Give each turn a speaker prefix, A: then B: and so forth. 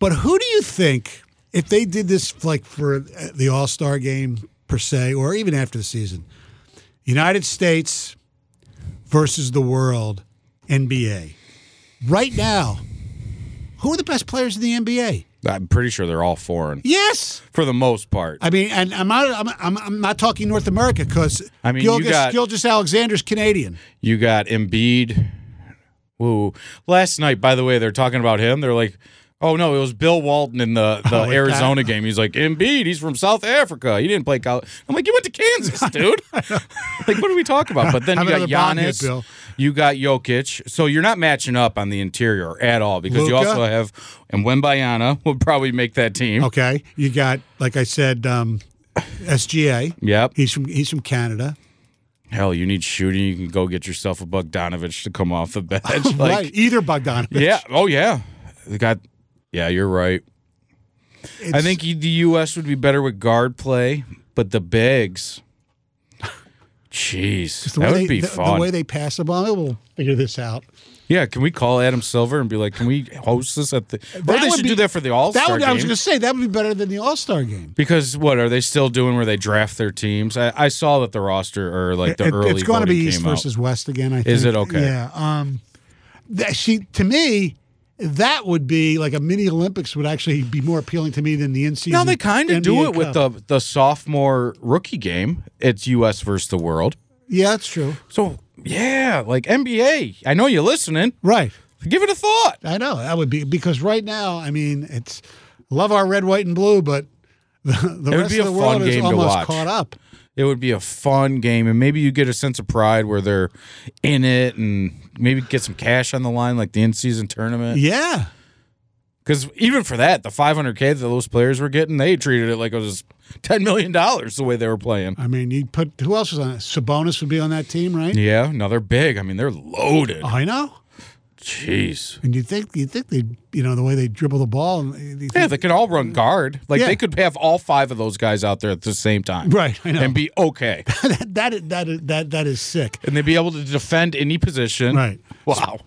A: But who do you think, if they did this like for uh, the All Star game per se, or even after the season, United States versus the world NBA, right now, who are the best players in the NBA?
B: I'm pretty sure they're all foreign
A: Yes,
B: for the most part.
A: I mean, and I'm not, I'm, I'm, I'm not talking North America because
B: I mean, you
A: Gilgis,
B: got-
A: Gilgis Alexander's Canadian.
B: You got Embiid. Woo. Last night, by the way, they're talking about him. They're like, oh no, it was Bill Walton in the, the
A: Oh, that-
B: Arizona game. He's like, Embiid, he's from South Africa. He didn't play college. I'm like, you went to Kansas, dude. like, what are we talking about? But then
A: Have
B: you got
A: another bomb here,
B: Giannis.
A: Bill.
B: You got Jokic. So you're not matching up on the interior at all because you
A: Luka?
B: also have and Wembayana will probably make that team.
A: Okay, you got like I said, um, SGA.
B: Yep.
A: He's from he's from Canada.
B: Hell, you need shooting. You can go get yourself a Bogdanovich to come off the bench. Like,
A: right, either Bogdanovich.
B: Yeah. Oh, yeah. They got. Yeah, you're right. I
A: It's-
B: think you- the U.S. would be better with guard play, but the bigs. Jeez,
A: the way
B: that would
A: they,
B: be
A: the,
B: fun.
A: The way they pass the ball, we'll figure this out.
B: yeah, can we call Adam Silver and be like, can we host this at the? Or
A: That
B: they
A: would
B: should
A: be-
B: do that for the All
A: that
B: Star
A: would,
B: game.
A: I was going to say that would be better than the All Star game.
B: because what are they still doing? Where they draft their teams? I, I saw that the roster or like the
A: It-
B: early.
A: it's going to be
B: voting
A: East
B: came out.
A: versus West again. I think.
B: Is it okay?
A: Yeah. Um, that, she to me. That would be like a mini Olympics would actually be more appealing to me than the in season.
B: No, they kind of do it with the the sophomore rookie game. It's U.S. versus the world.
A: yeah, that's true.
B: So yeah, like NBA. I know you're listening.
A: Right,
B: Give it a thought.
A: I know that would be because right now, I mean, it's love our red, white, and blue, but the, the
B: It would
A: rest
B: be
A: of
B: a
A: the
B: fun
A: world is
B: game to
A: almost
B: watch.
A: caught up.
B: it would be a fun game and maybe you get a sense of pride where they're in it and maybe get some cash on the line like the in-season tournament
A: Yeah,
B: because even for that the 500k that those players were getting they treated it like it was 10 million dollars the way they were playing
A: I mean, you put who else was on it? Sabonis would be on that team, right? Oh,
B: yeah another big i mean they're loaded
A: I know.
B: jeez
A: And you think you think they you know the way they dribble the ball and you think-
B: yeah they can all run guard like
A: Yeah.
B: they could have all five of those guys out there at the same time
A: Right, I know.
B: and be okay
A: that, that is- that is- that that is sick.
B: and they'd be able to defend any position
A: Right.
B: wow